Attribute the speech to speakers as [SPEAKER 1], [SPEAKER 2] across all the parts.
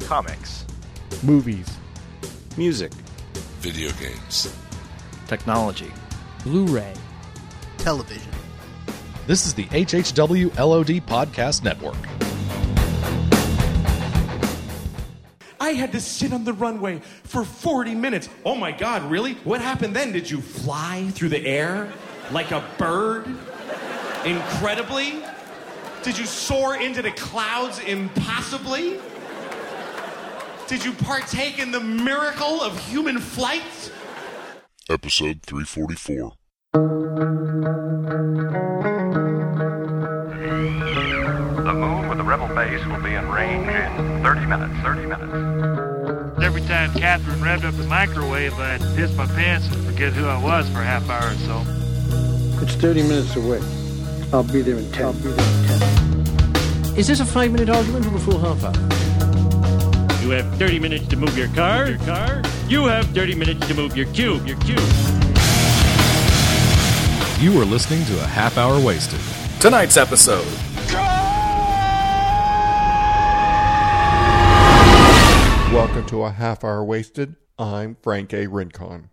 [SPEAKER 1] comics,
[SPEAKER 2] movies,
[SPEAKER 3] music,
[SPEAKER 4] video games.
[SPEAKER 5] technology.
[SPEAKER 6] Blu ray,
[SPEAKER 7] television.
[SPEAKER 8] This is the HHW LOD Podcast Network.
[SPEAKER 9] I had to sit on the runway for 40 minutes. Oh my God, really? What happened then? Did you fly through the air like a bird? Incredibly? Did you soar into the clouds impossibly? Did you partake in the miracle of human flight?
[SPEAKER 4] Episode 344.
[SPEAKER 10] The moon with the rebel base will be in range in 30 minutes. 30 minutes.
[SPEAKER 11] Every time Catherine revved up the microwave, I'd piss my pants and forget who I was for a half hour or so.
[SPEAKER 12] It's 30 minutes away. I'll be there in 10. I'll be there in 10.
[SPEAKER 6] Is this a five minute argument or a full half hour?
[SPEAKER 11] You have 30 minutes to move your car. Your car. You have 30 minutes to move your cube. Your cube.
[SPEAKER 8] You are listening to a half hour wasted.
[SPEAKER 3] Tonight's episode.
[SPEAKER 13] Welcome to A Half Hour Wasted. I'm Frank A. Rincon.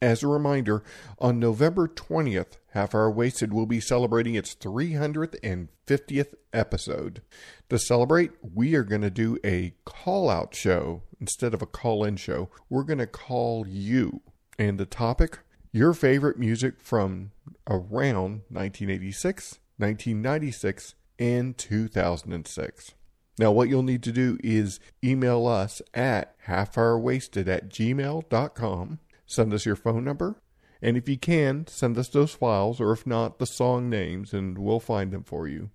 [SPEAKER 13] As a reminder, on November 20th, Half Hour Wasted will be celebrating its 350th episode. To celebrate, we are going to do a call out show instead of a call in show. We're going to call you. And the topic your favorite music from around 1986, 1996, and 2006. Now, what you'll need to do is email us at halfhourwasted at gmail.com, send us your phone number, and if you can, send us those files, or if not, the song names, and we'll find them for you.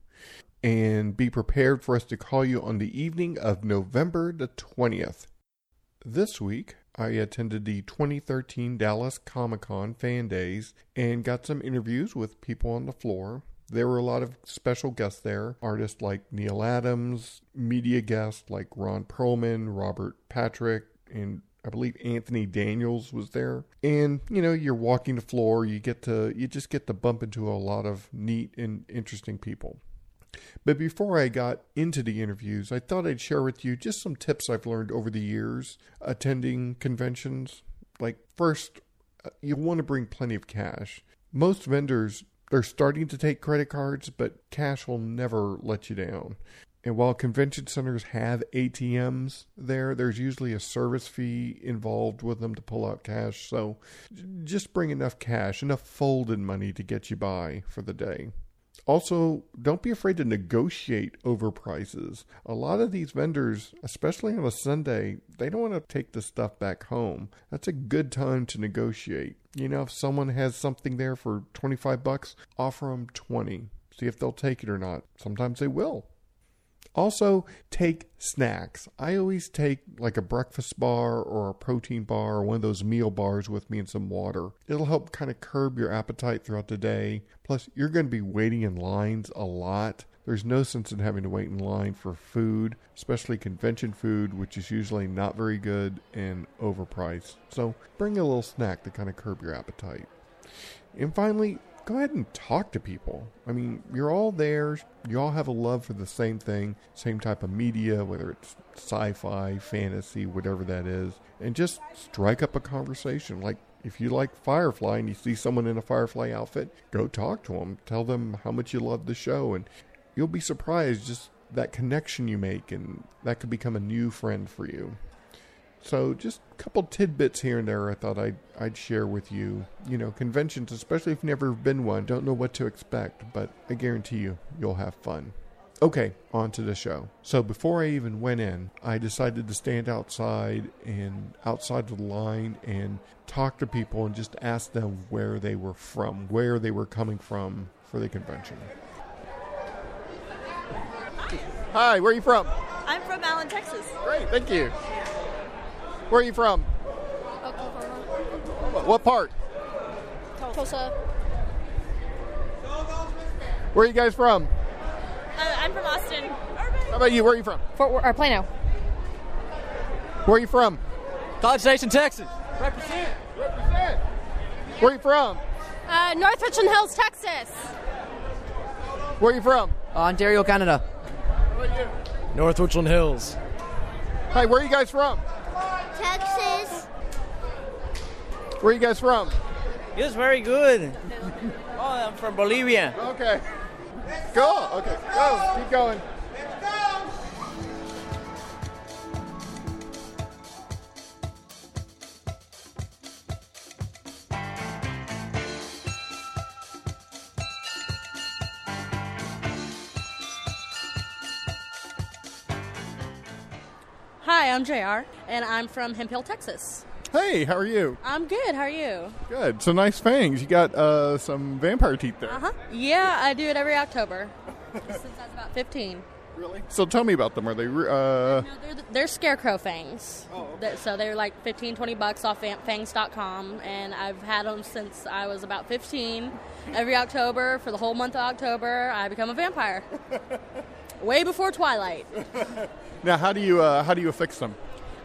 [SPEAKER 13] And be prepared for us to call you on the evening of November the 20th. This week, I attended the 2013 Dallas Comic Con Fan Days and got some interviews with people on the floor. There were a lot of special guests there artists like Neil Adams, media guests like Ron Perlman, Robert Patrick, and I believe Anthony Daniels was there. And, you know, you're walking the floor, you get to, you just get to bump into a lot of neat and interesting people. But before I got into the interviews, I thought I'd share with you just some tips I've learned over the years attending conventions. Like, first, uh, you want to bring plenty of cash. Most vendors, they're starting to take credit cards, but cash will never let you down. And while convention centers have ATMs there, there's usually a service fee involved with them to pull out cash. So j- just bring enough cash, enough folded money to get you by for the day. Also, don't be afraid to negotiate over prices. A lot of these vendors, especially on a Sunday, they don't want to take the stuff back home. That's a good time to negotiate. You know, if someone has something there for 25 bucks, offer them 20. See if they'll take it or not. Sometimes they will. Also, take snacks. I always take like a breakfast bar or a protein bar or one of those meal bars with me and some water. It'll help kind of curb your appetite throughout the day. Plus, you're going to be waiting in lines a lot. There's no sense in having to wait in line for food, especially convention food, which is usually not very good and overpriced. So, bring a little snack to kind of curb your appetite. And finally, go ahead and talk to people. I mean, you're all there. You all have a love for the same thing, same type of media, whether it's sci fi, fantasy, whatever that is. And just strike up a conversation. Like, if you like Firefly and you see someone in a Firefly outfit, go talk to them. Tell them how much you love the show. And you'll be surprised just that connection you make. And that could become a new friend for you. So just a couple tidbits here and there I thought I'd, I'd share with you. You know, conventions, especially if you've never been one, don't know what to expect, but I guarantee you, you'll have fun. Okay, on to the show. So before I even went in, I decided to stand outside and outside of the line and talk to people and just ask them where they were from, where they were coming from for the convention. Hi, where are you from?
[SPEAKER 14] I'm from Allen, Texas.
[SPEAKER 13] Great, thank you. Where are you from?
[SPEAKER 14] Oklahoma.
[SPEAKER 13] What, what part?
[SPEAKER 14] Tulsa.
[SPEAKER 13] Where are you guys from?
[SPEAKER 14] Uh, I'm from Austin.
[SPEAKER 13] How about you? Where are you from?
[SPEAKER 15] Fort Worth, or Plano.
[SPEAKER 13] Where are you from?
[SPEAKER 5] Dodge Station, Texas.
[SPEAKER 13] Represent. Represent. Where are you from?
[SPEAKER 15] Uh, North Richland Hills, Texas.
[SPEAKER 13] Where are you from?
[SPEAKER 5] Uh, Ontario, Canada.
[SPEAKER 13] How about you?
[SPEAKER 5] North Richland Hills.
[SPEAKER 13] Hi, where are you guys from?
[SPEAKER 1] Texas.
[SPEAKER 13] Where are you guys from?
[SPEAKER 2] It's very good. Oh, I'm from Bolivia.
[SPEAKER 13] Okay. Cool. Okay. Go. Keep going.
[SPEAKER 7] Hi, I'm JR, and I'm from Hemp Hill, Texas.
[SPEAKER 13] Hey, how are you?
[SPEAKER 7] I'm good. How are you?
[SPEAKER 13] Good. So nice fangs. You got uh, some vampire teeth there.
[SPEAKER 7] Uh huh. Yeah, I do it every October since I was about 15. Really?
[SPEAKER 13] So tell me about them. Are they? re- Uh,
[SPEAKER 7] They're, they're scarecrow fangs. Oh, So they're like 15, 20 bucks off fam- fangs.com, and I've had them since I was about 15. Every October, for the whole month of October, I become a vampire. Way before Twilight.
[SPEAKER 13] now, how do you uh, how do you affix them?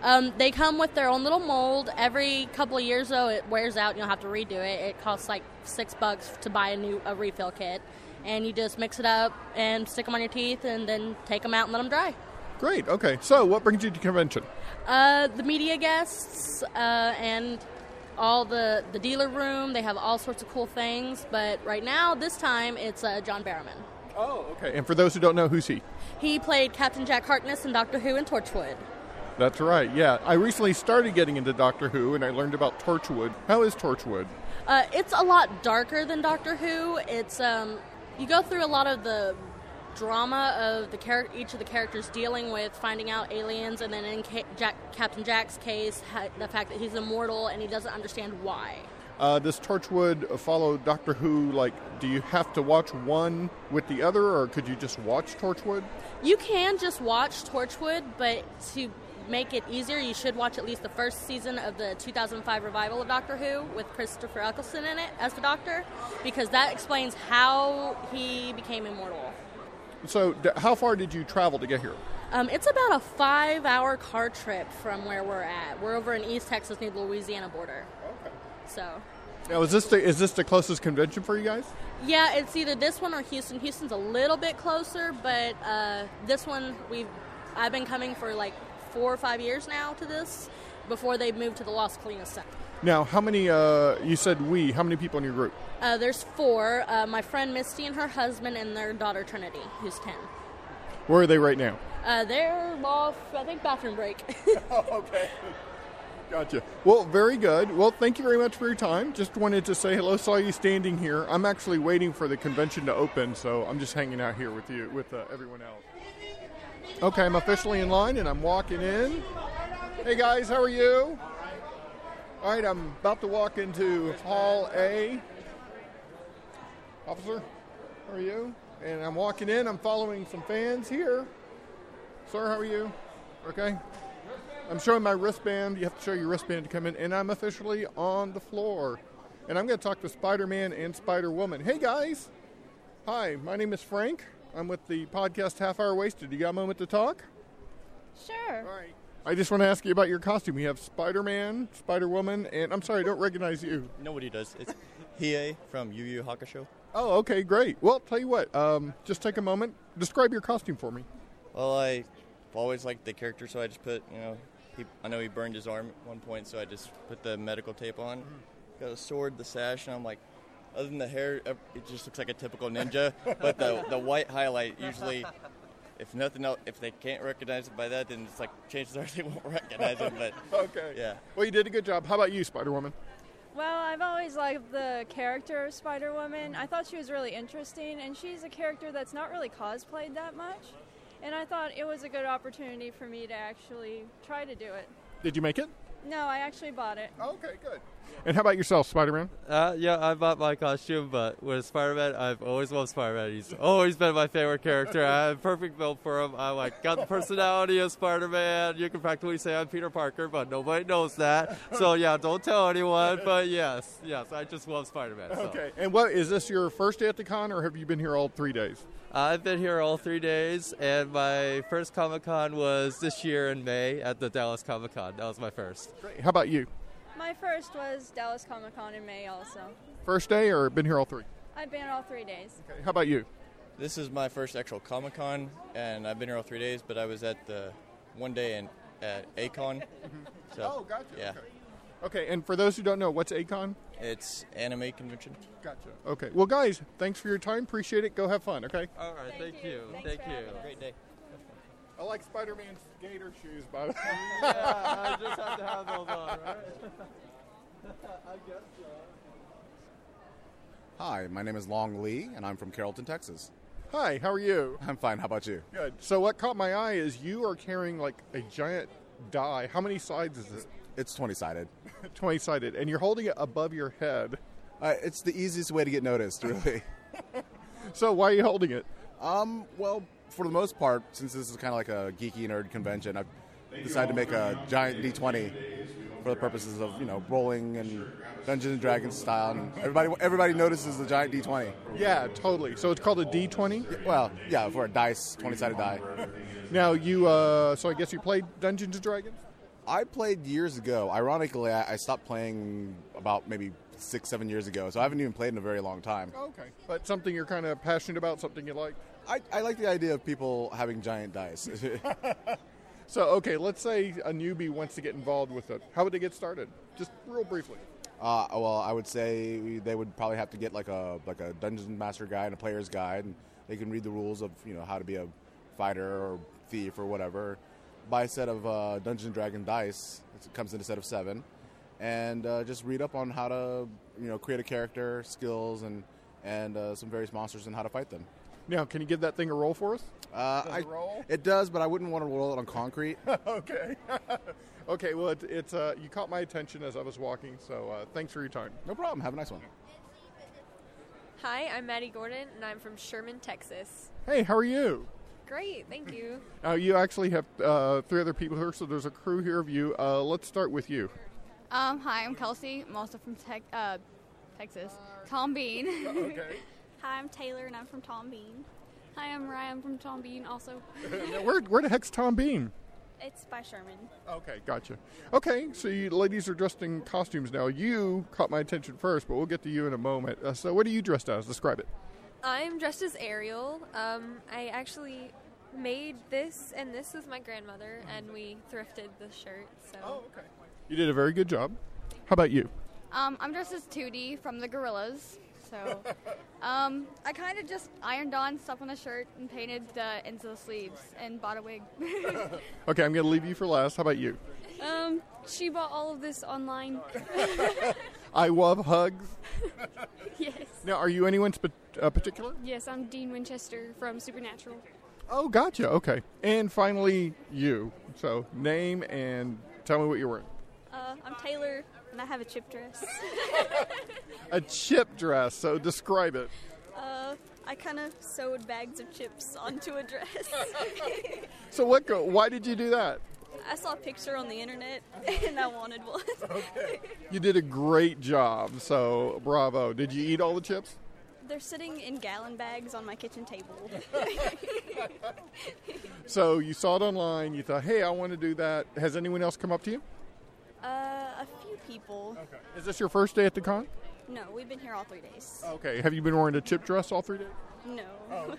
[SPEAKER 7] Um, they come with their own little mold. Every couple of years, though, it wears out. and You'll have to redo it. It costs like six bucks to buy a new a refill kit, and you just mix it up and stick them on your teeth, and then take them out and let them dry.
[SPEAKER 13] Great. Okay. So, what brings you to convention?
[SPEAKER 7] Uh, the media guests uh, and all the the dealer room. They have all sorts of cool things. But right now, this time, it's uh, John Barrowman.
[SPEAKER 13] Oh, Okay. And for those who don't know, who's he?
[SPEAKER 7] He played Captain Jack Harkness in Doctor Who and Torchwood.
[SPEAKER 13] That's right. Yeah. I recently started getting into Doctor Who, and I learned about Torchwood. How is Torchwood?
[SPEAKER 7] Uh, it's a lot darker than Doctor Who. It's um, you go through a lot of the drama of the char- each of the characters dealing with finding out aliens, and then in Ca- Jack- Captain Jack's case, ha- the fact that he's immortal and he doesn't understand why.
[SPEAKER 13] Uh, does Torchwood follow Doctor Who? Like, do you have to watch one with the other, or could you just watch Torchwood?
[SPEAKER 7] You can just watch Torchwood, but to make it easier, you should watch at least the first season of the 2005 revival of Doctor Who with Christopher Eccleston in it as the Doctor, because that explains how he became immortal.
[SPEAKER 13] So, d- how far did you travel to get here?
[SPEAKER 7] Um, it's about a five hour car trip from where we're at. We're over in East Texas near the Louisiana border. Okay. So,
[SPEAKER 13] Now, is this the, is this the closest convention for you guys?
[SPEAKER 7] yeah, it's either this one or Houston. Houston's a little bit closer, but uh, this one we've I've been coming for like four or five years now to this before they moved to the Los Colinas Center.
[SPEAKER 13] Now, how many? Uh, you said we. How many people in your group?
[SPEAKER 7] Uh, there's four uh, my friend Misty and her husband and their daughter Trinity, who's 10.
[SPEAKER 13] Where are they right now?
[SPEAKER 7] Uh, they're off, I think, bathroom break.
[SPEAKER 13] okay. Gotcha. Well, very good. Well, thank you very much for your time. Just wanted to say hello. Saw you standing here. I'm actually waiting for the convention to open, so I'm just hanging out here with you with uh, everyone else. Okay, I'm officially in line and I'm walking in. Hey guys, how are you? All right, I'm about to walk into Hall A. Officer, how are you? And I'm walking in. I'm following some fans here. Sir, how are you? Okay. I'm showing my wristband. You have to show your wristband to come in. And I'm officially on the floor. And I'm going to talk to Spider Man and Spider Woman. Hey, guys. Hi, my name is Frank. I'm with the podcast Half Hour Wasted. You got a moment to talk?
[SPEAKER 1] Sure.
[SPEAKER 13] I just want to ask you about your costume. You have Spider Man, Spider Woman, and I'm sorry, I don't recognize you.
[SPEAKER 16] Nobody does. It's Hiei from Yu Yu Hakusho.
[SPEAKER 13] Oh, okay, great. Well, tell you what, um, just take a moment. Describe your costume for me.
[SPEAKER 16] Well, I always liked the character, so I just put, you know, he, I know he burned his arm at one point, so I just put the medical tape on.
[SPEAKER 13] Mm-hmm.
[SPEAKER 16] Got a sword, the sash, and I'm like, other than the hair, ev- it just looks like a typical ninja. but the, the white highlight usually, if nothing else, if they can't recognize it by that, then it's like chances are they won't recognize it. But
[SPEAKER 13] okay,
[SPEAKER 16] yeah.
[SPEAKER 13] Well, you did a good job. How about you, Spider Woman?
[SPEAKER 17] Well, I've always liked the character of Spider Woman. I thought she was really interesting, and she's a character that's not really cosplayed that much. And I thought it was a good opportunity for me to actually try to do it.
[SPEAKER 13] Did you make it?
[SPEAKER 17] No, I actually bought it.
[SPEAKER 13] Okay, good. And how about yourself, Spider Man?
[SPEAKER 18] Uh, yeah, I bought my costume, but with Spider-Man, I've always loved Spider-Man. He's always been my favorite character. I'm perfect build for him. I like got the personality of Spider-Man. You can practically say I'm Peter Parker, but nobody knows that. So yeah, don't tell anyone. But yes, yes, I just love Spider-Man. So.
[SPEAKER 13] Okay. And what is this your first day at the con, or have you been here all three days?
[SPEAKER 18] Uh, I've been here all three days, and my first Comic Con was this year in May at the Dallas Comic Con. That was my first.
[SPEAKER 13] How about you?
[SPEAKER 17] My first was Dallas Comic Con in May, also.
[SPEAKER 13] First day, or been here all three?
[SPEAKER 17] I've been all three days.
[SPEAKER 13] How about you?
[SPEAKER 16] This is my first actual Comic Con, and I've been here all three days, but I was at the one day in at Acon. So,
[SPEAKER 13] Oh, gotcha,
[SPEAKER 16] Yeah.
[SPEAKER 13] okay. Okay, and for those who don't know, what's Acon?
[SPEAKER 16] It's anime convention.
[SPEAKER 13] Gotcha. Okay. Well, guys, thanks for your time. Appreciate it. Go have fun, okay?
[SPEAKER 18] All right, thank, you. Thank you.
[SPEAKER 16] Great day.
[SPEAKER 13] I like Spider Man's gator shoes, by the way.
[SPEAKER 18] yeah, I just have to have those on, right? I guess so.
[SPEAKER 19] Hi, my name is Long Lee, and I'm from Carrollton, Texas.
[SPEAKER 13] Hi, how are you?
[SPEAKER 19] I'm fine. How about you?
[SPEAKER 13] Good. So, what caught my eye is you are carrying like a giant die. How many sides is it?
[SPEAKER 19] It's 20 sided.
[SPEAKER 13] 20 sided. And you're holding it above your head.
[SPEAKER 19] Uh, it's the easiest way to get noticed, really.
[SPEAKER 13] so, why are you holding it?
[SPEAKER 19] Um, well, for the most part, since this is kind of like a geeky nerd convention, I've decided to make a giant D20 for the purposes of, you know, rolling and Dungeons and Dragons style. And everybody, everybody notices the giant D20.
[SPEAKER 13] Yeah, totally. So, it's called a D20?
[SPEAKER 19] Well, yeah, for a dice, 20 sided die.
[SPEAKER 13] Now, you, uh, so I guess you played Dungeons and Dragons?
[SPEAKER 19] I played years ago. Ironically, I, I stopped playing about maybe six, seven years ago, so I haven't even played in a very long time.
[SPEAKER 13] Oh, Okay. But something you're kind of passionate about, something you like?
[SPEAKER 19] I, I like the idea of people having giant dice.
[SPEAKER 13] So, okay, let's say a newbie wants to get involved with it. How would they get started? Just real briefly.
[SPEAKER 19] Uh, well, I would say they would probably have to get like a like a dungeon master guide and a player's guide, and they can read the rules of you know how to be a fighter or thief or whatever. Buy a set of uh, Dungeon Dragon dice. It comes in a set of seven, and uh, just read up on how to you know create a character, skills, and and uh, some various monsters and how to fight them.
[SPEAKER 13] Now, can you give that thing a roll for us?
[SPEAKER 19] Uh,
[SPEAKER 13] Does
[SPEAKER 19] I,
[SPEAKER 13] it roll?
[SPEAKER 19] It does, but I wouldn't want to roll it on concrete.
[SPEAKER 13] okay. okay, well, it, it's uh, you caught my attention as I was walking, so uh, thanks for your time.
[SPEAKER 19] No problem. Have a nice one.
[SPEAKER 14] Hi, I'm Maddie Gordon, and I'm from Sherman, Texas.
[SPEAKER 13] Hey, how are you?
[SPEAKER 14] Great, thank you.
[SPEAKER 13] Now, you actually have uh, three other people here, so there's a crew here of you. Uh, let's start with you.
[SPEAKER 20] Um, hi, I'm Kelsey. I'm also from Tex uh, Texas. Tom Bean.
[SPEAKER 14] Oh,
[SPEAKER 13] okay.
[SPEAKER 21] Hi, I'm Taylor, and I'm from Tom Bean. Hi, I'm Ryan from Tom Bean. Also,
[SPEAKER 13] Now, where, where the heck's Tom Bean?
[SPEAKER 21] it's by Sherman.
[SPEAKER 13] Okay, gotcha. Okay, so you ladies are dressed in costumes now. You caught my attention first, but we'll get to you in a moment. Uh, so, what are you dressed as? Describe it.
[SPEAKER 14] I'm dressed as Ariel. Um, I actually made this, and this with my grandmother, and we thrifted the shirt. So. Oh, okay.
[SPEAKER 13] You did a very good job. How about you?
[SPEAKER 20] Um, I'm dressed as Tootie from the Gorillas. So, um, I kind of just ironed on stuff on the shirt and painted the ends of the sleeves and bought a wig.
[SPEAKER 13] Okay, I'm going to leave you for last. How about you?
[SPEAKER 21] Um, she bought all of this online.
[SPEAKER 13] I love hugs.
[SPEAKER 21] yes.
[SPEAKER 13] Now, are you anyone sp- uh, particular?
[SPEAKER 21] Yes, I'm Dean Winchester from Supernatural.
[SPEAKER 13] Oh, gotcha. Okay. And finally, you. So, name and tell me what you're wearing.
[SPEAKER 21] Uh, I'm Taylor, and I have a chip dress.
[SPEAKER 13] A chip dress. So, describe it.
[SPEAKER 21] uh, I kind of sewed bags of chips onto a dress.
[SPEAKER 13] So, what? Go- why did you do that?
[SPEAKER 21] I saw a picture on the internet, and I wanted one.
[SPEAKER 13] You did a great job. So, bravo. Did you eat all the chips?
[SPEAKER 21] They're sitting in gallon bags on my kitchen table.
[SPEAKER 13] So, you saw it online. You thought, hey, I want to do that. Has anyone else come up to you?
[SPEAKER 21] uh, a few people.
[SPEAKER 13] Is this your first day at the con?
[SPEAKER 21] No, we've been here all three days.
[SPEAKER 13] Okay. Have you been wearing a chip dress all three days?
[SPEAKER 21] No.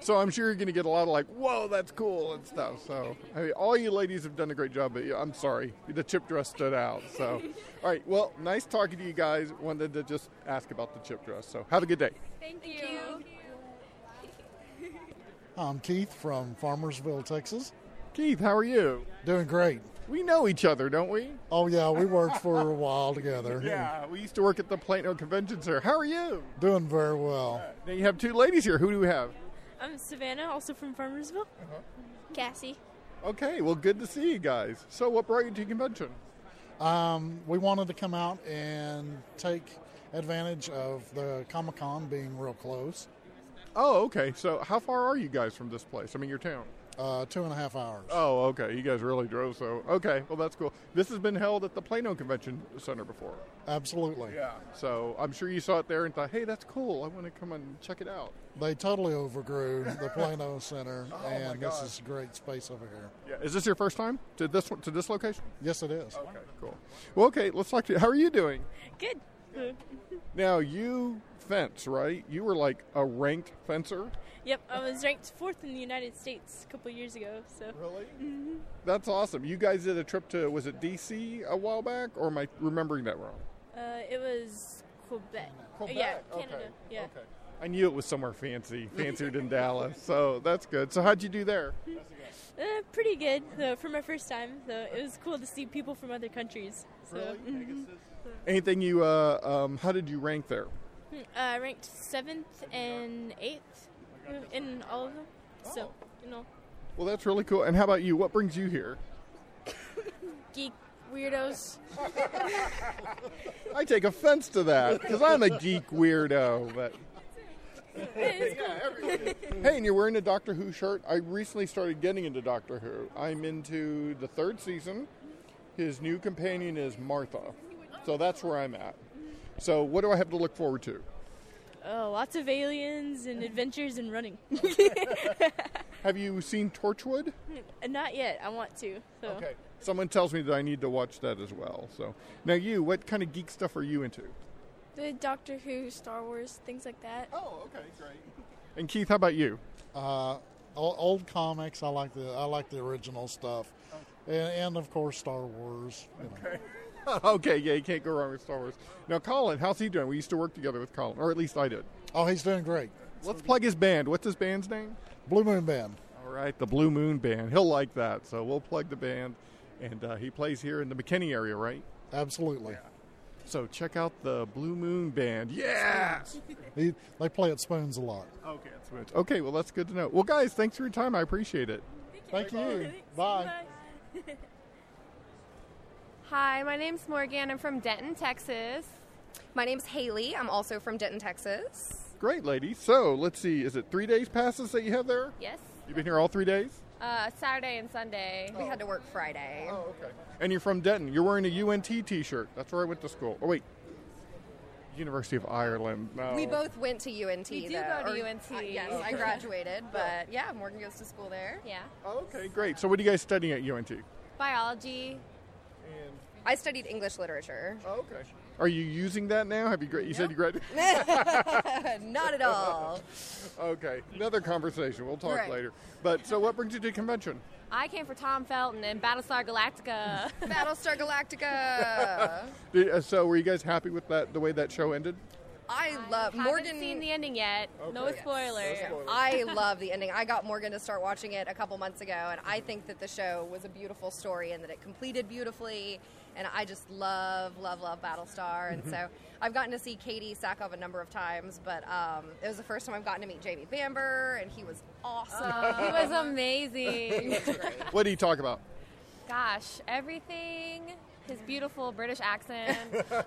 [SPEAKER 13] So I'm sure you're going to get a lot of like, whoa, that's cool and stuff. So I mean, all you ladies have done a great job, but yeah, I'm sorry, the chip dress stood out. So, all right, well, nice talking to you guys. Wanted to just ask about the chip dress. So have a good day.
[SPEAKER 21] Thank you.
[SPEAKER 22] I'm Keith from Farmersville, Texas.
[SPEAKER 13] Keith, how are you?
[SPEAKER 22] Doing great.
[SPEAKER 13] We know each other, don't we?
[SPEAKER 22] Oh yeah, we worked for a while together.
[SPEAKER 13] Yeah, we used to work at the Plano Convention Center. How are you?
[SPEAKER 22] Doing very well.
[SPEAKER 13] Now you have two ladies here. Who do we have?
[SPEAKER 23] I'm Savannah, also from Farmersville. Cassie.
[SPEAKER 13] Okay, well, good to see you guys. So what brought you to convention?
[SPEAKER 22] Um, we wanted to come out and take advantage of the Comic Con being real close.
[SPEAKER 13] Oh, okay. So how far are you guys from this place? I mean, your town.
[SPEAKER 22] Uh, two and a half hours.
[SPEAKER 13] Oh, okay. You guys really drove, so okay. Well, that's cool. This has been held at the Plano Convention Center before,
[SPEAKER 22] Absolutely.
[SPEAKER 13] Yeah. so I'm sure you saw it there and thought, "Hey, that's cool. I want to come and check it out."
[SPEAKER 22] They totally overgrew the Plano Center,
[SPEAKER 13] Oh, my
[SPEAKER 22] and this
[SPEAKER 13] gosh.
[SPEAKER 22] is a great space over here.
[SPEAKER 13] Yeah. Is this your first time to this one- to this location?
[SPEAKER 22] Yes, it is.
[SPEAKER 13] Okay, cool. Well, okay. Let's talk to you. How are you doing?
[SPEAKER 23] Good.
[SPEAKER 13] Now you fence, right? You were like a ranked fencer.
[SPEAKER 23] Yep, I was ranked fourth in the United States a couple years ago. So
[SPEAKER 13] really, mm-hmm. that's awesome. You guys did a trip to was it D.C. a while back, or am I remembering that wrong?
[SPEAKER 23] Uh, it was Quebec.
[SPEAKER 13] Quebec.
[SPEAKER 23] Yeah,
[SPEAKER 13] Okay.
[SPEAKER 23] Canada. Yeah.
[SPEAKER 13] Okay. I knew it was somewhere fancy, fancier than Dallas. So that's good. So how'd you do there?
[SPEAKER 23] Uh, pretty good though for my first time. Though it was cool to see people from other countries. So. mhm.
[SPEAKER 13] Anything you? Uh, um, how did you rank there?
[SPEAKER 23] Hmm, Uh, ranked seventh and eighth uh, in all of them.
[SPEAKER 13] Oh.
[SPEAKER 23] So you know,
[SPEAKER 13] Well, that's really cool. And how about you? What brings you here?
[SPEAKER 23] geek weirdos.
[SPEAKER 13] I take offense to that because I'm a geek weirdo. But hey, and you're wearing a Doctor Who shirt. I recently started getting into Doctor Who. I'm into the third season. His new companion is Martha. So that's where I'm at. So what do I have to look forward to?
[SPEAKER 23] Oh, lots of aliens and adventures and running.
[SPEAKER 13] Have you seen Torchwood?
[SPEAKER 23] Not yet. I want to. So.
[SPEAKER 13] Okay. Someone tells me that I need to watch that as well. So now you, what kind of geek stuff are you into?
[SPEAKER 4] The Doctor Who, Star Wars, things like that.
[SPEAKER 13] Oh, okay, great. And Keith, how about you?
[SPEAKER 22] Uh, old, old comics. I like the I like the original stuff, and, and of course Star Wars. you know.
[SPEAKER 13] okay, yeah, you can't go wrong with Star Wars. Now, Colin, how's he doing? We used to work together with Colin, or at least I did.
[SPEAKER 22] Oh, he's doing great.
[SPEAKER 13] Let's plug his band. What's his band's name?
[SPEAKER 22] Blue Moon Band.
[SPEAKER 13] All right, the Blue Moon Band. He'll like that. So we'll plug the band, and uh, he plays here in the McKinney area, right?
[SPEAKER 22] Absolutely.
[SPEAKER 13] So check out the Blue Moon Band. Yes.
[SPEAKER 22] He, they play at Spoons a lot.
[SPEAKER 13] Okay, that's what. Okay, well that's Oh, good to know. Well, guys, thanks for your time. I appreciate it.
[SPEAKER 22] Thank you. Bye.
[SPEAKER 9] Hi, my name's Morgan. I'm from Denton, Texas. My name's Haley. I'm also from Denton, Texas.
[SPEAKER 13] Great, ladies. So let's see. Is it three days passes that you have there?
[SPEAKER 9] Yes.
[SPEAKER 13] You've been here all three days,
[SPEAKER 9] Uh, Saturday and Sunday. We had to work Friday.
[SPEAKER 13] Oh, okay. and you're from Denton. You're wearing a UNT T-shirt. That's where I went to school. Oh wait, University of Ireland. Oh, No.
[SPEAKER 9] We both went to UNT.
[SPEAKER 4] You do
[SPEAKER 9] though,
[SPEAKER 4] go to
[SPEAKER 9] or-
[SPEAKER 4] UNT.
[SPEAKER 9] uh, yes, I
[SPEAKER 4] Okay.
[SPEAKER 9] graduated, but yeah, Morgan goes to school there.
[SPEAKER 4] Yeah.
[SPEAKER 13] Okay, great. So what are you guys studying at UNT?
[SPEAKER 9] Biology. I studied English literature.
[SPEAKER 13] okay. Are you using that now? Have you gra- you said you graduated?
[SPEAKER 9] Not at all.
[SPEAKER 13] okay, another conversation. We'll talk
[SPEAKER 4] Right.
[SPEAKER 13] later. But so, what brings you to convention?
[SPEAKER 4] I came for Tom Felton and Battlestar Galactica.
[SPEAKER 9] Battlestar Galactica.
[SPEAKER 13] Did, uh, so, were you guys happy with that? The way that show ended?
[SPEAKER 9] I love Morgan.
[SPEAKER 4] Haven't seen the ending yet. No
[SPEAKER 13] Okay.
[SPEAKER 4] spoilers.
[SPEAKER 9] I love the ending. I got Morgan to start watching it a couple months ago, and I think that the show was a beautiful story and that it completed beautifully. And I just love, love, love Battlestar.
[SPEAKER 4] Mm-hmm.
[SPEAKER 9] And so I've gotten to see Katie Sackhoff a number of times, but um, it was the first time I've gotten to meet Jamie Bamber, and he was awesome.
[SPEAKER 4] Oh, he was
[SPEAKER 9] He
[SPEAKER 4] amazing.
[SPEAKER 9] was great.
[SPEAKER 13] What do you talk about?
[SPEAKER 4] Gosh, everything. His beautiful British accent.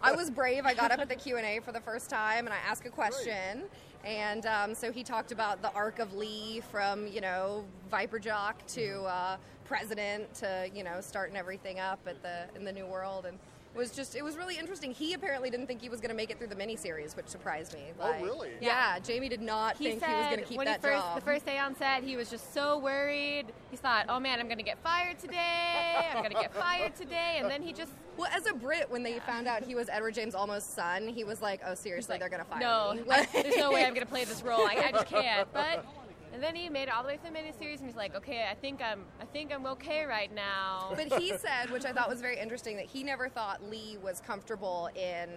[SPEAKER 9] I was brave. I got up at the Q and A for the first time, and I asked a question. And um, so he talked about the arc of Lee from you know Viper Jock to uh, president to you know starting everything up at the in the new world, and it was just it was really interesting. He apparently didn't think he was going to make it through the miniseries, which surprised me.
[SPEAKER 4] Oh, really?
[SPEAKER 9] Yeah, Jamie did not
[SPEAKER 4] He
[SPEAKER 9] think
[SPEAKER 4] said
[SPEAKER 9] he was going to keep
[SPEAKER 4] when
[SPEAKER 9] that
[SPEAKER 4] he first,
[SPEAKER 9] job.
[SPEAKER 4] the first day on set, he was just so worried. He thought, "Oh man, I'm going to get fired today. I'm going to get fired today." And then he just
[SPEAKER 9] well, as a Brit, when they found out he was Edward James Olmost's son, he was like, "Oh, seriously, they're going to fire
[SPEAKER 4] no,
[SPEAKER 9] me."
[SPEAKER 4] I- there's no way I'm going to play this role. I, I just can't. But and then he made it all the way through the miniseries, and he's like, "Okay, I think I'm, I think I'm okay right now."
[SPEAKER 9] But he said, which I thought was very interesting, that he never thought Lee was comfortable in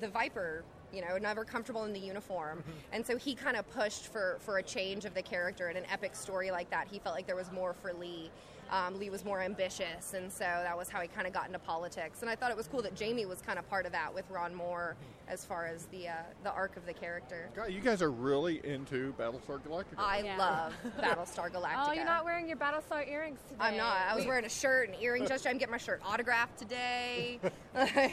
[SPEAKER 9] the Viper. You know, never comfortable in the uniform,
[SPEAKER 13] Mm-hmm.
[SPEAKER 9] and so he kind of pushed for for a change of the character in an epic story like that. He felt like there was more for Lee. Um, Lee was more ambitious, and so that was how he kind of got into politics. And I thought it was cool that Jamie was kind of part of that with Ron Moore as far as the uh, the arc of the character.
[SPEAKER 13] God, you guys are really into Battlestar Galactica.
[SPEAKER 9] I love Battlestar Galactica.
[SPEAKER 4] Oh, you're not wearing your Battlestar earrings today.
[SPEAKER 9] I'm not. I was
[SPEAKER 4] Wait.
[SPEAKER 9] wearing a shirt and earrings just trying to get my shirt autographed today.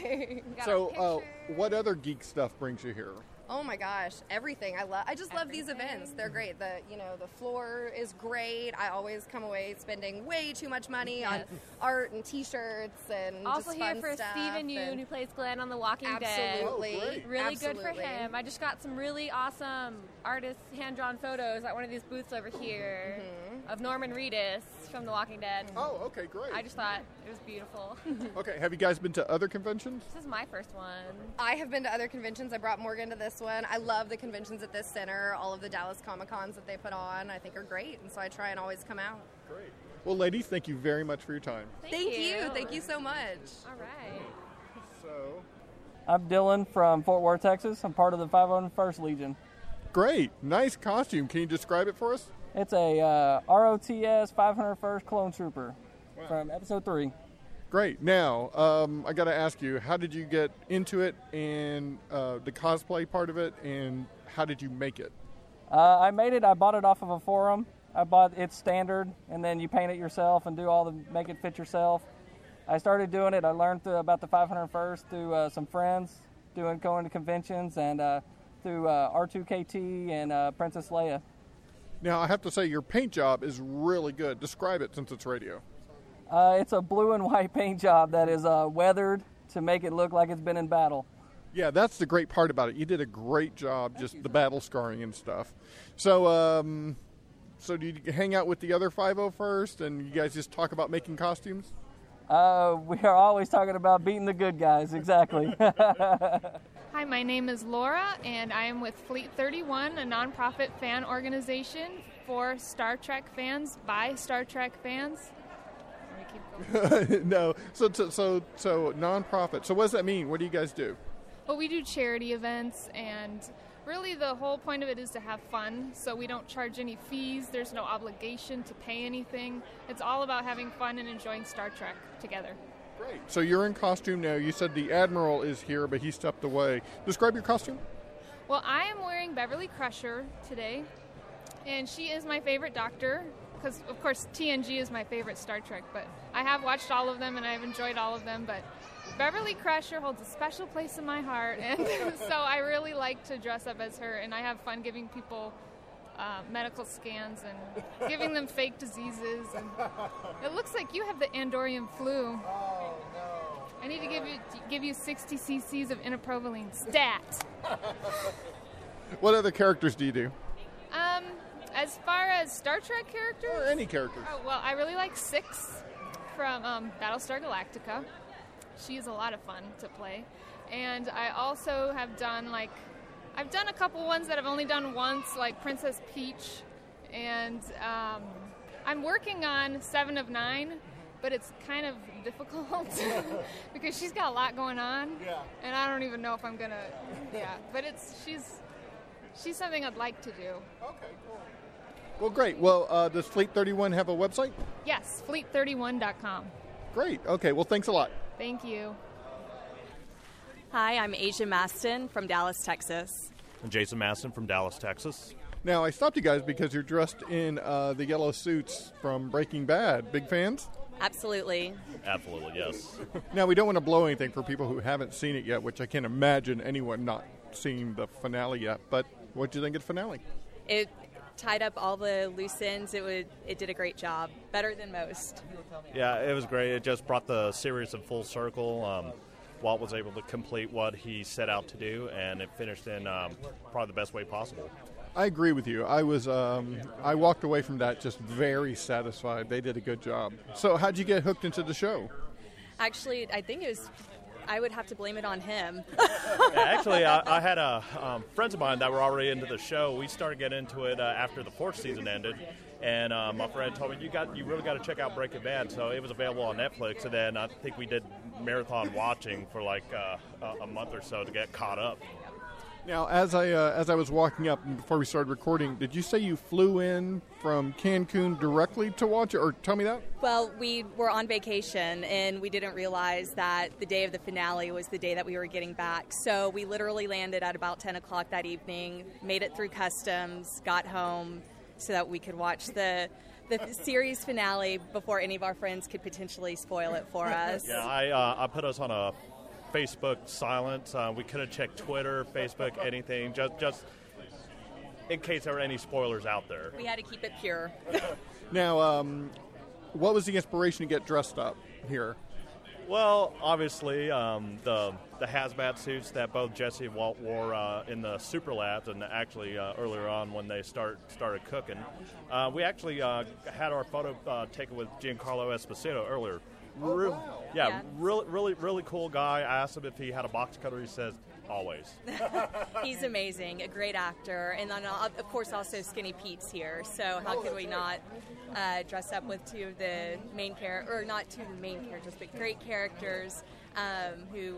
[SPEAKER 13] So, uh, what other geek stuff brings you here?
[SPEAKER 9] Oh my gosh, everything. I love I just love these events. They're great. The you know, the floor is great. I always come away spending way too much money on
[SPEAKER 4] Yes.
[SPEAKER 9] art and t-shirts and
[SPEAKER 4] Also
[SPEAKER 9] just
[SPEAKER 4] here
[SPEAKER 9] fun
[SPEAKER 4] for
[SPEAKER 9] stuff
[SPEAKER 4] Stephen Yoon,
[SPEAKER 9] and-
[SPEAKER 4] who plays Glenn on The Walking
[SPEAKER 9] Absolutely. Oh,
[SPEAKER 4] Dead.
[SPEAKER 9] great.
[SPEAKER 4] Really good for
[SPEAKER 9] Absolutely.
[SPEAKER 4] him. I just got some really
[SPEAKER 9] Mm-hmm.
[SPEAKER 4] awesome artist hand drawn photos at one of these booths over here of Norman Reedus from The Walking Dead.
[SPEAKER 13] Oh, okay, great.
[SPEAKER 4] I just thought it was beautiful.
[SPEAKER 13] Okay, have you guys been to other conventions?
[SPEAKER 4] This is my first one.
[SPEAKER 9] I have been to other conventions. I brought Morgan to this one. I love the conventions at this center. All of the Dallas Comic Cons that they put on, I think, are great. And so I try and always come out.
[SPEAKER 13] Great. Well, ladies, thank you very much for your time.
[SPEAKER 9] Thank, you. Thank you so much. All
[SPEAKER 4] right.
[SPEAKER 13] So.
[SPEAKER 6] I'm Dylan from Fort Worth, Texas. I'm part of the 501st Legion.
[SPEAKER 13] Great. Nice costume. Can you describe it for us?
[SPEAKER 6] It's a uh, ROTS 501st Clone Trooper from Episode 3.
[SPEAKER 13] Great. Now, um, I got to ask you, how did you get into it and uh, the cosplay part of it, and how did you make it?
[SPEAKER 6] Uh, I made it. I bought it off of a forum. I bought it's standard, and then you paint it yourself and do all the make it fit yourself. I started doing it. I learned through about the 501st through uh, some friends, doing going to conventions, and uh, through uh, R2KT and uh, Princess Leia.
[SPEAKER 13] Now, I have to say, your paint job is really good. Describe it since it's radio.
[SPEAKER 6] Uh, it's a blue and white paint job that is uh, weathered to make it look like it's been in battle.
[SPEAKER 13] Yeah, that's the great part about it. You did a great job, just the battle scarring and stuff. So, um, so do you hang out with the other 501st, and you guys just talk about making costumes?
[SPEAKER 6] Uh, we are always talking about beating the good guys, exactly.
[SPEAKER 10] Hi, my name is Laura, and I am with Fleet 31, a nonprofit fan organization for Star Trek fans by Star Trek fans. Let me keep going.
[SPEAKER 13] no. So, so, so, so nonprofit. So, what does that mean? What do you guys do?
[SPEAKER 10] But we do charity events, and really the whole point of it is to have fun. So we don't charge any fees, there's no obligation to pay anything. It's all about having fun and enjoying Star Trek together.
[SPEAKER 13] Great. So you're in costume now. You said the admiral is here, but he stepped away. Describe your costume.
[SPEAKER 10] Well, I am wearing Beverly Crusher today, and she is my favorite doctor. Because of course TNG is my favorite Star Trek, but I have watched all of them and I've enjoyed all of them. But Beverly Crusher holds a special place in my heart, and so I really like to dress up as her, and I have fun giving people uh, medical scans and giving them fake diseases. And it looks like you have the Andorian flu.
[SPEAKER 13] Oh no.
[SPEAKER 10] I need to give you give you 60 cc's of inoprovoline. Stat.
[SPEAKER 13] What other characters do you do?
[SPEAKER 10] Um, as far as Star Trek characters,
[SPEAKER 13] Or any characters?
[SPEAKER 10] Oh, well, I really like Six from um, Battlestar Galactica. She is a lot of fun to play, and I also have done like I've done a couple ones that I've only done once, like Princess Peach, and um, I'm working on Seven of Nine, but it's kind of difficult because she's got a lot going on,
[SPEAKER 13] Yeah.
[SPEAKER 10] and I don't even know if I'm gonna. Yeah, but it's she's she's something I'd like to do.
[SPEAKER 13] Okay, cool. Well, great. Well, uh, does Fleet 31 have a website?
[SPEAKER 10] Yes, fleet31.com.
[SPEAKER 13] Great. Okay. Well, thanks a lot.
[SPEAKER 10] Thank you.
[SPEAKER 12] Hi, I'm Asia Maston from Dallas, Texas.
[SPEAKER 24] I'm Jason Masson from Dallas, Texas.
[SPEAKER 13] Now I stopped you guys because you're dressed in uh, the yellow suits from Breaking Bad. Big fans.
[SPEAKER 12] Absolutely.
[SPEAKER 24] Absolutely, yes.
[SPEAKER 13] Now we don't want to blow anything for people who haven't seen it yet, which I can't imagine anyone not seeing the finale yet. But what do you think of the finale?
[SPEAKER 12] It tied up all the loose ends. It would it did a great job. Better than most.
[SPEAKER 24] Yeah, it was great. It just brought the series in full circle. Um, Walt was able to complete what he set out to do, and it finished in um, probably the best way possible.
[SPEAKER 13] I agree with you. I was um, I walked away from that just very satisfied. They did a good job. So how'd you get hooked into the show?
[SPEAKER 12] Actually, I think it was I would have to blame it on him.
[SPEAKER 24] Yeah, actually, I, I had a um, friends of mine that were already into the show. We started getting into it uh, after the fourth season ended, and uh, my friend told me you got you really got to check out Breaking Bad. So it was available on Netflix, and then I think we did marathon watching for like uh, a- a month or so to get caught up.
[SPEAKER 13] Now, as I uh, as I was walking up and before we started recording, did you say you flew in from Cancun directly to watch it, or tell me that?
[SPEAKER 12] well, we were on vacation and we didn't realize that the day of the finale was the day that we were getting back. So we literally landed at about ten o'clock that evening, made it through customs, got home so that we could watch the the series finale before any of our friends could potentially spoil it for us.
[SPEAKER 24] Yeah, I, uh, I put us on a Facebook silence. Uh, we could have checked Twitter, Facebook, anything, just just in case there were any spoilers out there.
[SPEAKER 12] We had to keep it pure.
[SPEAKER 13] Now, um, what was the inspiration to get dressed up here?
[SPEAKER 24] Well, obviously, um, the the hazmat suits that both Jesse and Walt wore uh, in the super labs, and actually uh, earlier on when they start started cooking, uh, we actually uh, had our photo uh, taken with Giancarlo Esposito earlier. Re- yeah,
[SPEAKER 12] Yeah.
[SPEAKER 24] really, really, really cool guy. I asked him if he had a box cutter. He says always.
[SPEAKER 12] He's amazing, a great actor, and then uh, of course also Skinny Pete's here. So how could we not uh, dress up with two of the main characters, or not two of the main characters, but great characters um, who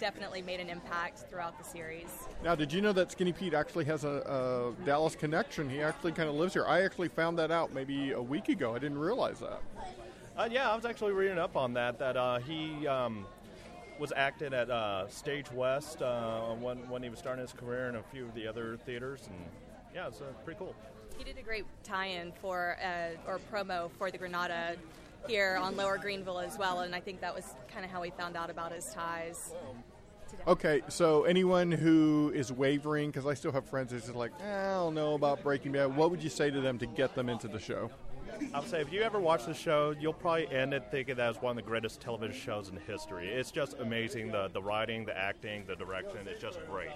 [SPEAKER 12] definitely made an impact throughout the series.
[SPEAKER 13] Now, did you know that Skinny Pete actually has a, a Dallas connection? He actually kind of lives here. I actually found that out maybe a week ago. I didn't realize that.
[SPEAKER 24] Uh, yeah, I was actually reading up on that. That uh, he um, was acting at uh, Stage West uh, when when he was starting his career, and a few of the other theaters. And yeah, it's uh, pretty cool.
[SPEAKER 12] He did a great tie-in for uh, or promo for the Granada here on Lower Greenville as well, and I think that was kind of how we found out about his ties.
[SPEAKER 13] Okay, so anyone who is wavering, because I still have friends that's just like, "Eh, I don't know about Breaking Bad, what would you say to them to get them into the show?
[SPEAKER 24] I would say if you ever watch the show, you'll probably end it thinking that it's one of the greatest television shows in history. It's just amazing the the writing, the acting, the direction. It's just great.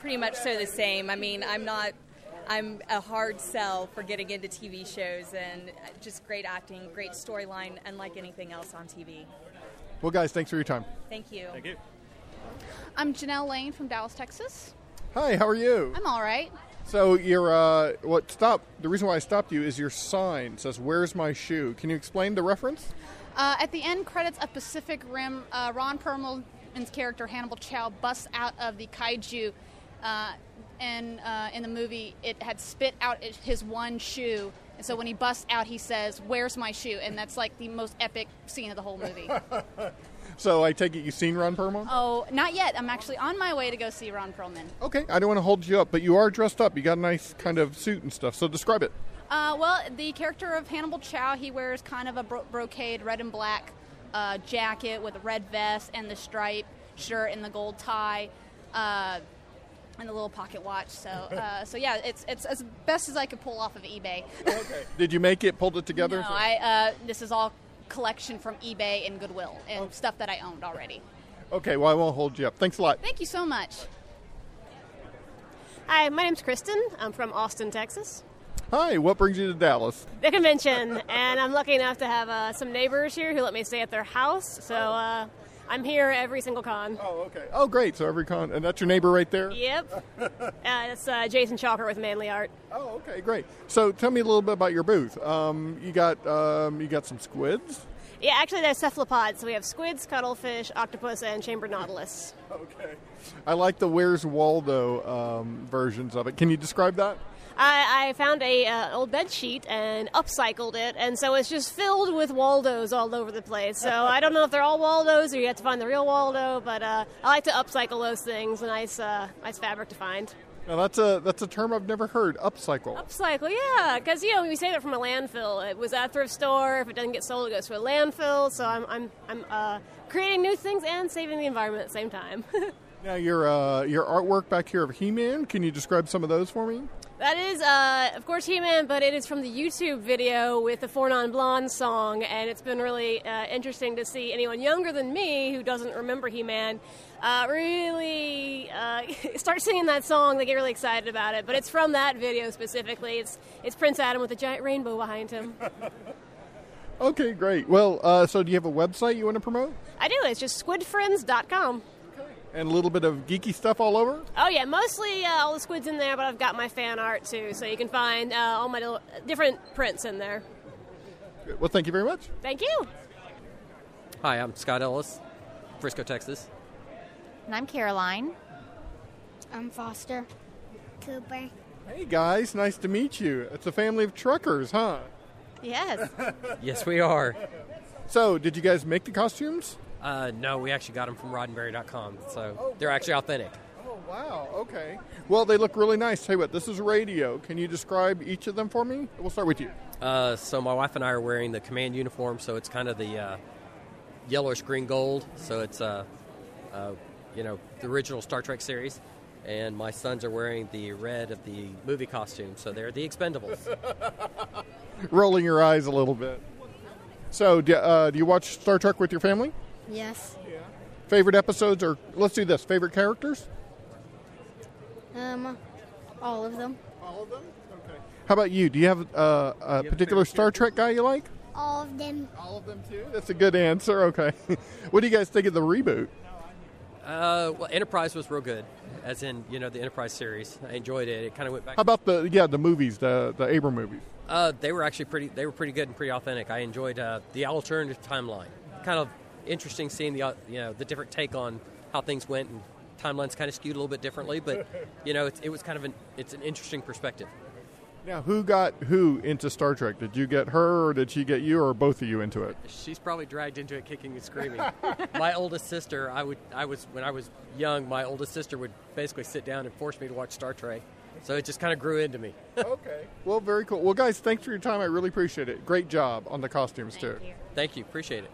[SPEAKER 12] pretty much so the same. I mean, I'm not. I'm a hard sell for getting into TV shows and just great acting, great storyline, unlike anything else on TV.
[SPEAKER 13] Well, guys, thanks for your time.
[SPEAKER 12] Thank you. Thank
[SPEAKER 24] you.
[SPEAKER 8] I'm Janelle Lane from Dallas, Texas.
[SPEAKER 13] Hi, how are you?
[SPEAKER 8] I'm all right.
[SPEAKER 13] So your uh, what stop? The reason why I stopped you is your sign says "Where's my shoe?" Can you explain the reference?
[SPEAKER 8] Uh, at the end credits of Pacific Rim, uh, Ron Perlman's character Hannibal Chow busts out of the kaiju, uh, and uh, in the movie it had spit out i- his one shoe. And so when he busts out, he says, "Where's my shoe?" And that's like the most epic scene of the whole movie.
[SPEAKER 13] So I take it you've seen Ron Perlman.
[SPEAKER 8] oh, not yet. I'm actually on my way to go see Ron Perlman.
[SPEAKER 13] Okay, I don't want to hold you up, but you are dressed up. You got a nice kind of suit and stuff. So describe it.
[SPEAKER 8] Uh, well, the character of Hannibal Chow, he wears kind of a bro- brocade red and black uh, jacket with a red vest and the stripe shirt and the gold tie uh, and the little pocket watch. So, uh, so yeah, it's it's as best as I could pull off of eBay.
[SPEAKER 13] Did you make it? Pulled it together?
[SPEAKER 8] no, I uh, this is all collection from eBay and Goodwill and stuff that I owned already.
[SPEAKER 13] okay, well I won't hold you up. Thanks a lot.
[SPEAKER 8] Thank you so much.
[SPEAKER 11] Hi, my name's Kristen. I'm from Austin, Texas.
[SPEAKER 13] Hi, what brings you to Dallas?
[SPEAKER 11] The convention, and I'm lucky enough to have uh, some neighbors here who let me stay at their house. So uh, I'm here every single con.
[SPEAKER 13] Oh, okay. Oh, great. So every con, and that's your neighbor right there.
[SPEAKER 11] Yep. uh, that's uh, Jason Chalker with Manly Art.
[SPEAKER 13] Oh, okay, great. So tell me a little bit about your booth. Um, you got um, you got some squids.
[SPEAKER 11] Yeah, actually, they're cephalopods. So we have squids, cuttlefish, octopus, and chambered nautilus.
[SPEAKER 13] Okay. I like the Where's Waldo um, versions of it. Can you describe that?
[SPEAKER 11] I, I found a uh, old bed sheet and upcycled it, and so it's just filled with Waldos all over the place. So I don't know if they're all Waldos or you have to find the real Waldo, but uh, I like to upcycle those things. A nice, uh, nice fabric to find.
[SPEAKER 13] Now that's a that's a term I've never heard. Upcycle.
[SPEAKER 11] Upcycle, yeah, because you know we save it from a landfill. It was at a thrift store. If it doesn't get sold, it goes to a landfill. So I'm I'm I'm uh, creating new things and saving the environment at the same time.
[SPEAKER 13] Now your uh, your artwork back here of He-Man. Can you describe some of those for me?
[SPEAKER 11] that is, uh, of course, He-Man, but it is from the YouTube video with the Four Non Blonde song, and it's been really uh, interesting to see anyone younger than me who doesn't remember He-Man uh, really uh, start singing that song. They get really excited about it, but it's from that video specifically. It's it's Prince Adam with a giant rainbow behind him.
[SPEAKER 13] Okay, great. Well, uh, so do you have a website you want to promote?
[SPEAKER 11] I do. It's just squidfriends.com.
[SPEAKER 13] And a little bit of geeky stuff all over.
[SPEAKER 11] Oh yeah, mostly uh, all the squids in there, but I've got my fan art too, so you can find uh, all my little, different prints in there.
[SPEAKER 13] Good. Well, thank you very much.
[SPEAKER 11] Thank you.
[SPEAKER 15] Hi, I'm Scott Ellis, Frisco, Texas.
[SPEAKER 1] And I'm Caroline. I'm Foster.
[SPEAKER 25] Cooper.
[SPEAKER 13] Hey guys, nice to meet you. It's a family of truckers, huh?
[SPEAKER 1] Yes.
[SPEAKER 15] Yes, we are.
[SPEAKER 13] So, did you guys make the costumes?
[SPEAKER 15] Uh, no, we actually got them from roddenberry.com, so they're actually authentic.
[SPEAKER 13] Oh wow. Okay. Well, they look really nice. Tell you what, this is radio. Can you describe each of them for me? We'll start with you.
[SPEAKER 15] Uh, so my wife and I are wearing the command uniform, so it's kind of the uh, yellowish green gold. So it's uh, uh, you know the original Star Trek series, and my sons are wearing the red of the movie costume, so they're the Expendables.
[SPEAKER 13] Rolling your eyes a little bit. So, do, uh, do you watch Star Trek with your family?
[SPEAKER 1] Yes.
[SPEAKER 13] Favorite episodes or let's do this. Favorite characters?
[SPEAKER 1] Um, all of them.
[SPEAKER 13] All of them? Okay. How about you? Do you have uh, a particular Star Trek guy you like?
[SPEAKER 1] All of them.
[SPEAKER 13] All of them too. That's a good answer. Okay. what do you guys think of the reboot?
[SPEAKER 15] Uh, well, Enterprise was real good, as in you know the Enterprise series. I enjoyed it. It kind of went back.
[SPEAKER 13] How about the yeah the movies the the Abram movies?
[SPEAKER 15] Uh, they were actually pretty. They were pretty good and pretty authentic. I enjoyed uh, the alternative timeline. Kind of interesting seeing the uh, you know the different take on how things went and timelines kind of skewed a little bit differently. But you know it, it was kind of an it's an interesting perspective.
[SPEAKER 13] Now, who got who into Star Trek? Did you get her, or did she get you, or both of you into it?
[SPEAKER 15] She's probably dragged into it kicking and screaming. my oldest sister, I would, I was when I was young, my oldest sister would basically sit down and force me to watch Star Trek. So it just kind of grew into me.
[SPEAKER 13] okay. Well, very cool. Well, guys, thanks for your time. I really appreciate it. Great job on the costumes too.
[SPEAKER 15] Thank you, appreciate it.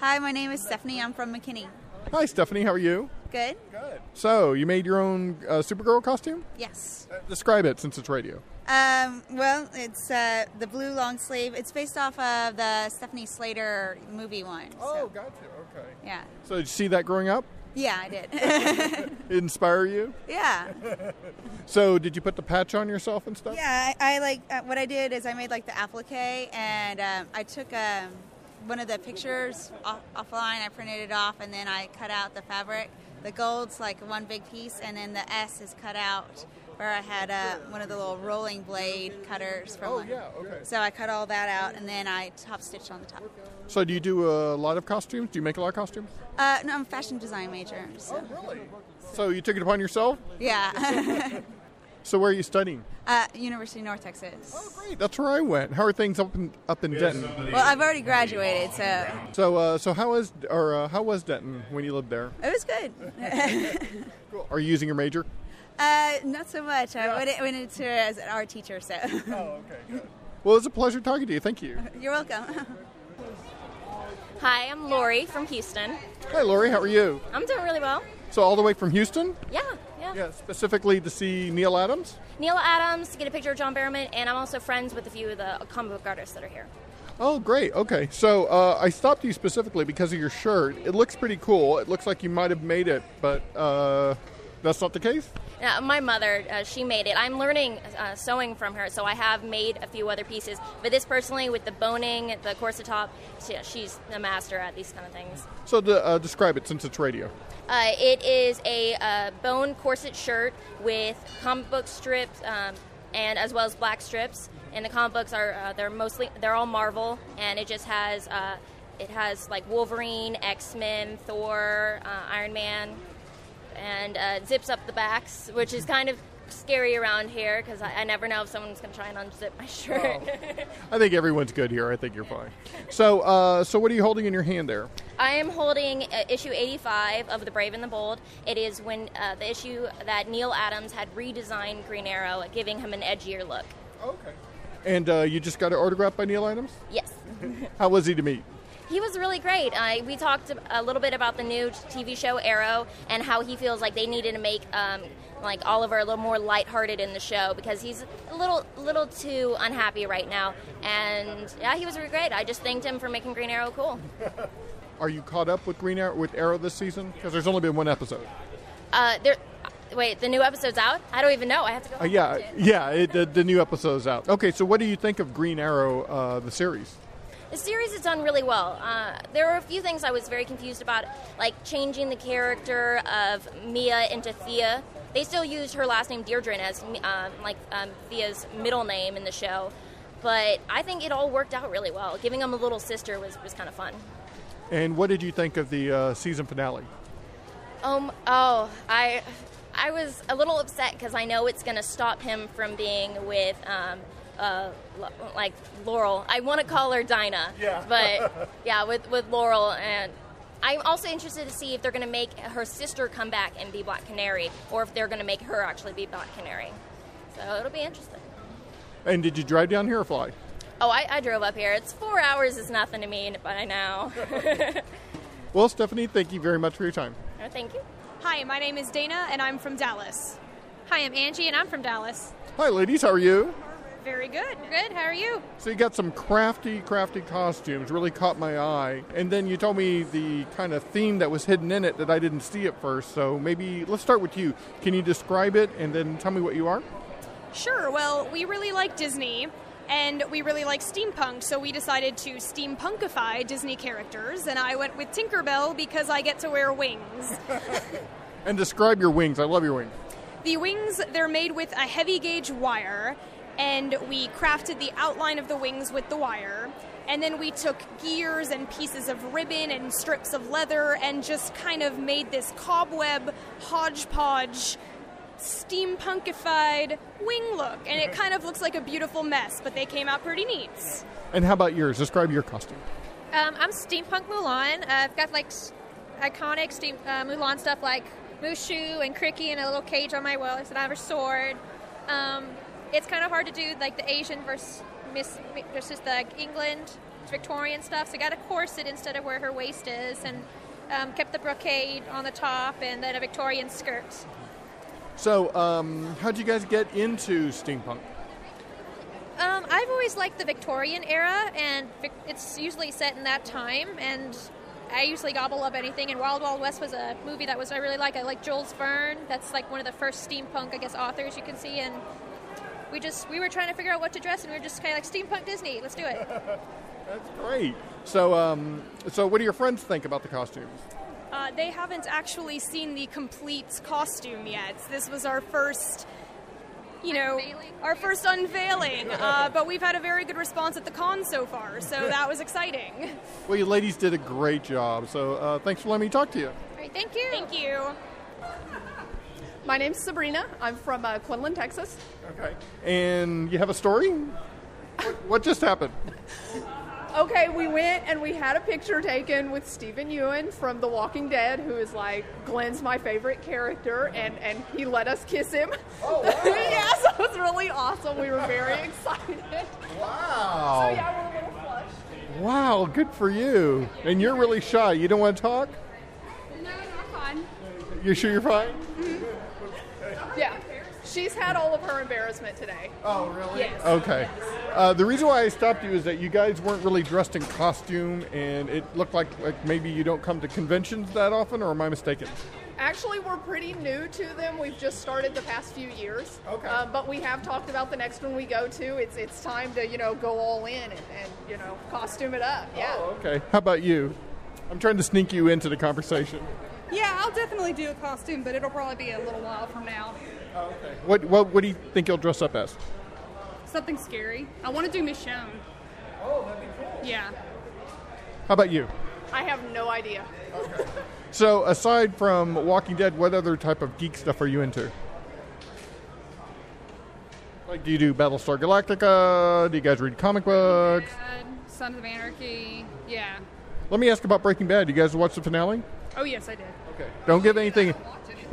[SPEAKER 2] Hi, my name is Stephanie. I'm from McKinney.
[SPEAKER 13] Hi, Stephanie. How are you?
[SPEAKER 2] Good? Good.
[SPEAKER 13] So you made your own uh, Supergirl costume?
[SPEAKER 2] Yes.
[SPEAKER 13] Uh, Describe it since it's radio.
[SPEAKER 2] Um, well, it's uh, the blue long sleeve. It's based off of the Stephanie Slater movie one.
[SPEAKER 13] Oh, gotcha. Okay.
[SPEAKER 2] Yeah.
[SPEAKER 13] So did you see that growing up?
[SPEAKER 2] Yeah, I did.
[SPEAKER 13] It inspire you?
[SPEAKER 2] yeah.
[SPEAKER 13] So did you put the patch on yourself and stuff?
[SPEAKER 2] Yeah, I, I like uh, what I did is I made like the applique and um, I took um, one of the pictures off, offline. I printed it off and then I cut out the fabric. The gold's like one big piece, and then the S is cut out where I had uh, one of the little rolling blade cutters from.
[SPEAKER 13] Oh,
[SPEAKER 2] one.
[SPEAKER 13] yeah, okay.
[SPEAKER 2] So I cut all that out and then I top stitched on the top.
[SPEAKER 13] So do you do a lot of costumes? Do you make a lot of costumes?
[SPEAKER 2] Uh, no, I'm a fashion design major. So.
[SPEAKER 13] Oh, really? So you took it upon yourself?
[SPEAKER 2] Yeah.
[SPEAKER 13] So where are you studying?
[SPEAKER 2] uh, University of North Texas.
[SPEAKER 13] Oh, Great, That's where I went. How are things up in up in Denton?
[SPEAKER 2] Well, I've already graduated, so
[SPEAKER 13] So uh, so how is or uh, how was Denton when you lived there?
[SPEAKER 2] it was good.
[SPEAKER 13] Are you using your major?
[SPEAKER 2] uh, not so much. I went, went into it as an art teacher, so. oh, okay.
[SPEAKER 13] Well, it was a pleasure talking to you. Thank you.
[SPEAKER 2] You're welcome.
[SPEAKER 5] Hi, I'm Lori from Houston.
[SPEAKER 13] Hi, Lori. How are you?
[SPEAKER 5] I'm doing really well.
[SPEAKER 13] So all the way from Houston,
[SPEAKER 5] Yeah, yeah.
[SPEAKER 13] specifically to see Neil Adams.
[SPEAKER 5] Neil Adams, to get a picture of John Barrowman, and I'm also friends with a few of the comic book artists that are here.
[SPEAKER 13] Oh, great. Okay. So uh, I stopped you specifically because of your shirt. It looks pretty cool. It looks like you might have made it, but uh, that's not the case.
[SPEAKER 5] Now, my mother, uh, she made it. I'm learning uh, sewing from her, so I have made a few other pieces. But this personally, with the boning, the corset top, she, she's a master at these kind of things.
[SPEAKER 13] So the, uh, describe it since it's radio.
[SPEAKER 5] Uh, it is a uh, bone corset shirt with comic book strips um, and as well as black strips. And the comic books are uh, they're mostly they're all Marvel, and it just has uh, it has like Wolverine, X Men, Thor, uh, Iron Man, and uh, zips up the backs, which is kind of scary around here because I, I never know if someone's gonna try and unzip my shirt.
[SPEAKER 13] I think everyone's good here. I think you're fine. So uh, so what are you holding in your hand there?
[SPEAKER 5] I am holding uh, issue 85 of The Brave and the Bold. It is when uh, the issue that Neil Adams had redesigned Green Arrow, giving him an edgier look.
[SPEAKER 13] Okay. And uh, you just got an autograph by Neil Adams.
[SPEAKER 5] Yes.
[SPEAKER 13] How was he to meet?
[SPEAKER 5] he was really great. Uh, we talked a little bit about the new TV show Arrow and how he feels like they needed to make um, like Oliver a little more lighthearted in the show because he's a little little too unhappy right now. And yeah, he was really great. I just thanked him for making Green Arrow cool.
[SPEAKER 13] Are you caught up with Green Arrow with Arrow this season? Because there's only been one episode.
[SPEAKER 5] Uh, there, wait, the new episode's out. I don't even know. I have to go.
[SPEAKER 13] Uh, yeah, yeah. It, the, the new episode's out. Okay, so what do you think of Green Arrow, uh, the series?
[SPEAKER 5] The series has done really well. Uh, there were a few things I was very confused about, like changing the character of Mia into Thea. They still used her last name Deirdre as um, like um, Thea's middle name in the show, but I think it all worked out really well. Giving them a little sister was, was kind of fun.
[SPEAKER 13] And what did you think of the uh, season finale?
[SPEAKER 5] Um, oh, I, I was a little upset because I know it's going to stop him from being with, um, uh, L- like Laurel. I want to call her Dinah.
[SPEAKER 20] Yeah.
[SPEAKER 5] But yeah, with with Laurel, and I'm also interested to see if they're going to make her sister come back and be Black Canary, or if they're going to make her actually be Black Canary. So it'll be interesting.
[SPEAKER 13] And did you drive down here or fly?
[SPEAKER 5] Oh, I, I drove up here. It's four hours is nothing to me, but I know.
[SPEAKER 13] Well, Stephanie, thank you very much for your time.
[SPEAKER 5] No, thank you.
[SPEAKER 26] Oh, Hi, my name is Dana, and I'm from Dallas. Hi, I'm Angie, and I'm from Dallas.
[SPEAKER 13] Hi, ladies. How are you?
[SPEAKER 26] Very good. Good. How are you?
[SPEAKER 13] So you got some crafty, crafty costumes, really caught my eye. And then you told me the kind of theme that was hidden in it that I didn't see at first. So maybe let's start with you. Can you describe it and then tell me what you are?
[SPEAKER 26] Sure. Well, we really like Disney and we really like steampunk, so we decided to steampunkify Disney characters, and I went with Tinkerbell because I get to wear wings.
[SPEAKER 13] And describe your wings. I love your wings.
[SPEAKER 26] the wings, they're made with a heavy gauge wire, and we crafted the outline of the wings with the wire. And then we took gears and pieces of ribbon and strips of leather and just kind of made this cobweb hodgepodge steampunkified wing look. And it kind of looks like a beautiful mess, but they came out pretty neat.
[SPEAKER 13] And how about yours? Describe your costume.
[SPEAKER 26] Um, I'm steampunk Mulan. Uh, I've got like s- iconic steam uh, Mulan stuff like Mushu and Cricky and a little cage on my waist, and I have a sword. Um, it's kind of hard to do like the Asian versus Miss versus the England it's Victorian stuff. So I got a corset instead of where her waist is, and um, kept the brocade on the top, and then a Victorian skirt.
[SPEAKER 13] So, um, how'd you guys get into steampunk?
[SPEAKER 26] Um, I've always liked the Victorian era, and Vic- it's usually set in that time. And I usually gobble up anything. And Wild Wild West was a movie that was I really like. I like Jules Verne. That's like one of the first steampunk, I guess, authors you can see. And we just we were trying to figure out what to dress, and we were just kind of like steampunk Disney. Let's do it.
[SPEAKER 13] That's great. So, um, so what do your friends think about the costumes?
[SPEAKER 26] Uh, they haven't actually seen the complete costume yet. This was our first, you know, our first unveiling. Uh, but we've had a very good response at the con so far, so that was exciting.
[SPEAKER 13] Well, you ladies did a great job. So, uh, thanks for letting me talk to you.
[SPEAKER 26] Great, thank you. Thank you.
[SPEAKER 3] My name's Sabrina. I'm from uh, Quinlan, Texas.
[SPEAKER 13] Okay. And you have a story? What, what just happened?
[SPEAKER 3] Okay, we went and we had a picture taken with Stephen Ewan from The Walking Dead, who is like Glenn's my favorite character, and, and he let us kiss him. Oh, wow. yeah, so it was really awesome. We were very excited.
[SPEAKER 17] Oh.
[SPEAKER 13] Wow.
[SPEAKER 3] So, yeah, we're a little flushed.
[SPEAKER 13] Wow, good for you. And you're really shy. You don't want to talk?
[SPEAKER 3] No, not fun.
[SPEAKER 13] You sure you're fine?
[SPEAKER 3] Mm-hmm. Yeah. She's had all of her embarrassment today.
[SPEAKER 13] Oh, really?
[SPEAKER 3] Yes.
[SPEAKER 13] Okay. Uh, the reason why I stopped you is that you guys weren't really dressed in costume, and it looked like like maybe you don't come to conventions that often, or am I mistaken?
[SPEAKER 3] Actually, we're pretty new to them. We've just started the past few years. Okay. Um, but we have talked about the next one we go to. It's it's time to you know go all in and, and you know costume it up. Yeah.
[SPEAKER 13] Okay. How about you? I'm trying to sneak you into the conversation.
[SPEAKER 17] Yeah, I'll definitely do a costume, but it'll probably be a little while from now. Oh, okay.
[SPEAKER 13] What what what do you think you'll dress up as?
[SPEAKER 17] Something scary. I want to do Michonne. Oh, that'd be cool. Yeah.
[SPEAKER 13] How about you?
[SPEAKER 3] I have no idea. Okay.
[SPEAKER 13] So aside from Walking Dead, what other type of geek stuff are you into? Like, do you do Battlestar Galactica? Do you guys read comic books?
[SPEAKER 17] Sons of Anarchy. Yeah.
[SPEAKER 13] Let me ask about Breaking Bad. You guys watch the finale?
[SPEAKER 17] Oh yes, I did. Okay.
[SPEAKER 13] Don't give anything.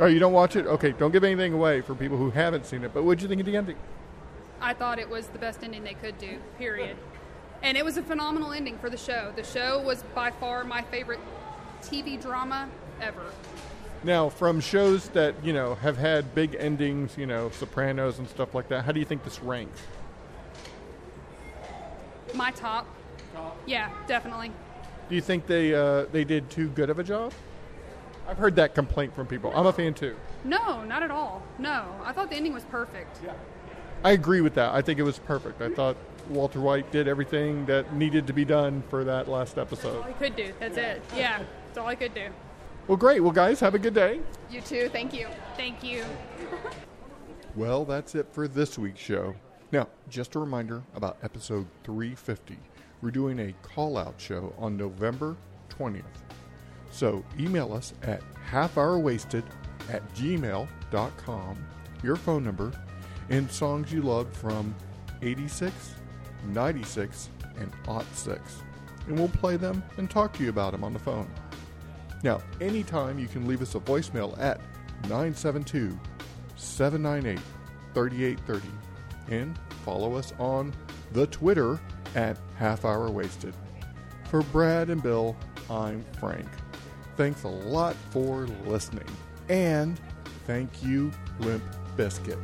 [SPEAKER 13] Oh, you don't watch it? Okay, don't give anything away for people who haven't seen it. But what'd you think of the ending?
[SPEAKER 17] I thought it was the best ending they could do. Period. and it was a phenomenal ending for the show. The show was by far my favorite TV drama ever.
[SPEAKER 13] Now, from shows that you know have had big endings, you know, Sopranos and stuff like that. How do you think this ranks?
[SPEAKER 17] My top. Yeah, definitely.
[SPEAKER 13] Do you think they uh, they did too good of a job? I've heard that complaint from people. I'm a fan too.
[SPEAKER 17] No, not at all. No, I thought the ending was perfect. Yeah.
[SPEAKER 13] I agree with that. I think it was perfect. I thought Walter White did everything that needed to be done for that last episode.
[SPEAKER 17] All I could do. That's it. Yeah, that's all I could do.
[SPEAKER 13] Well, great. Well, guys, have a good day.
[SPEAKER 3] You too. Thank you.
[SPEAKER 17] Thank you.
[SPEAKER 22] Well, that's it for this week's show. Now, just a reminder about episode 350. We're doing a call out show on November 20th. So email us at halfhourwasted at gmail.com, your phone number, and songs you loved from 86, 96, and 06. And we'll play them and talk to you about them on the phone. Now, anytime you can leave us a voicemail at 972 798 3830 and follow us on the Twitter at Half Hour Wasted. For Brad and Bill, I'm Frank. Thanks a lot for listening. And thank you, Limp Biscuit.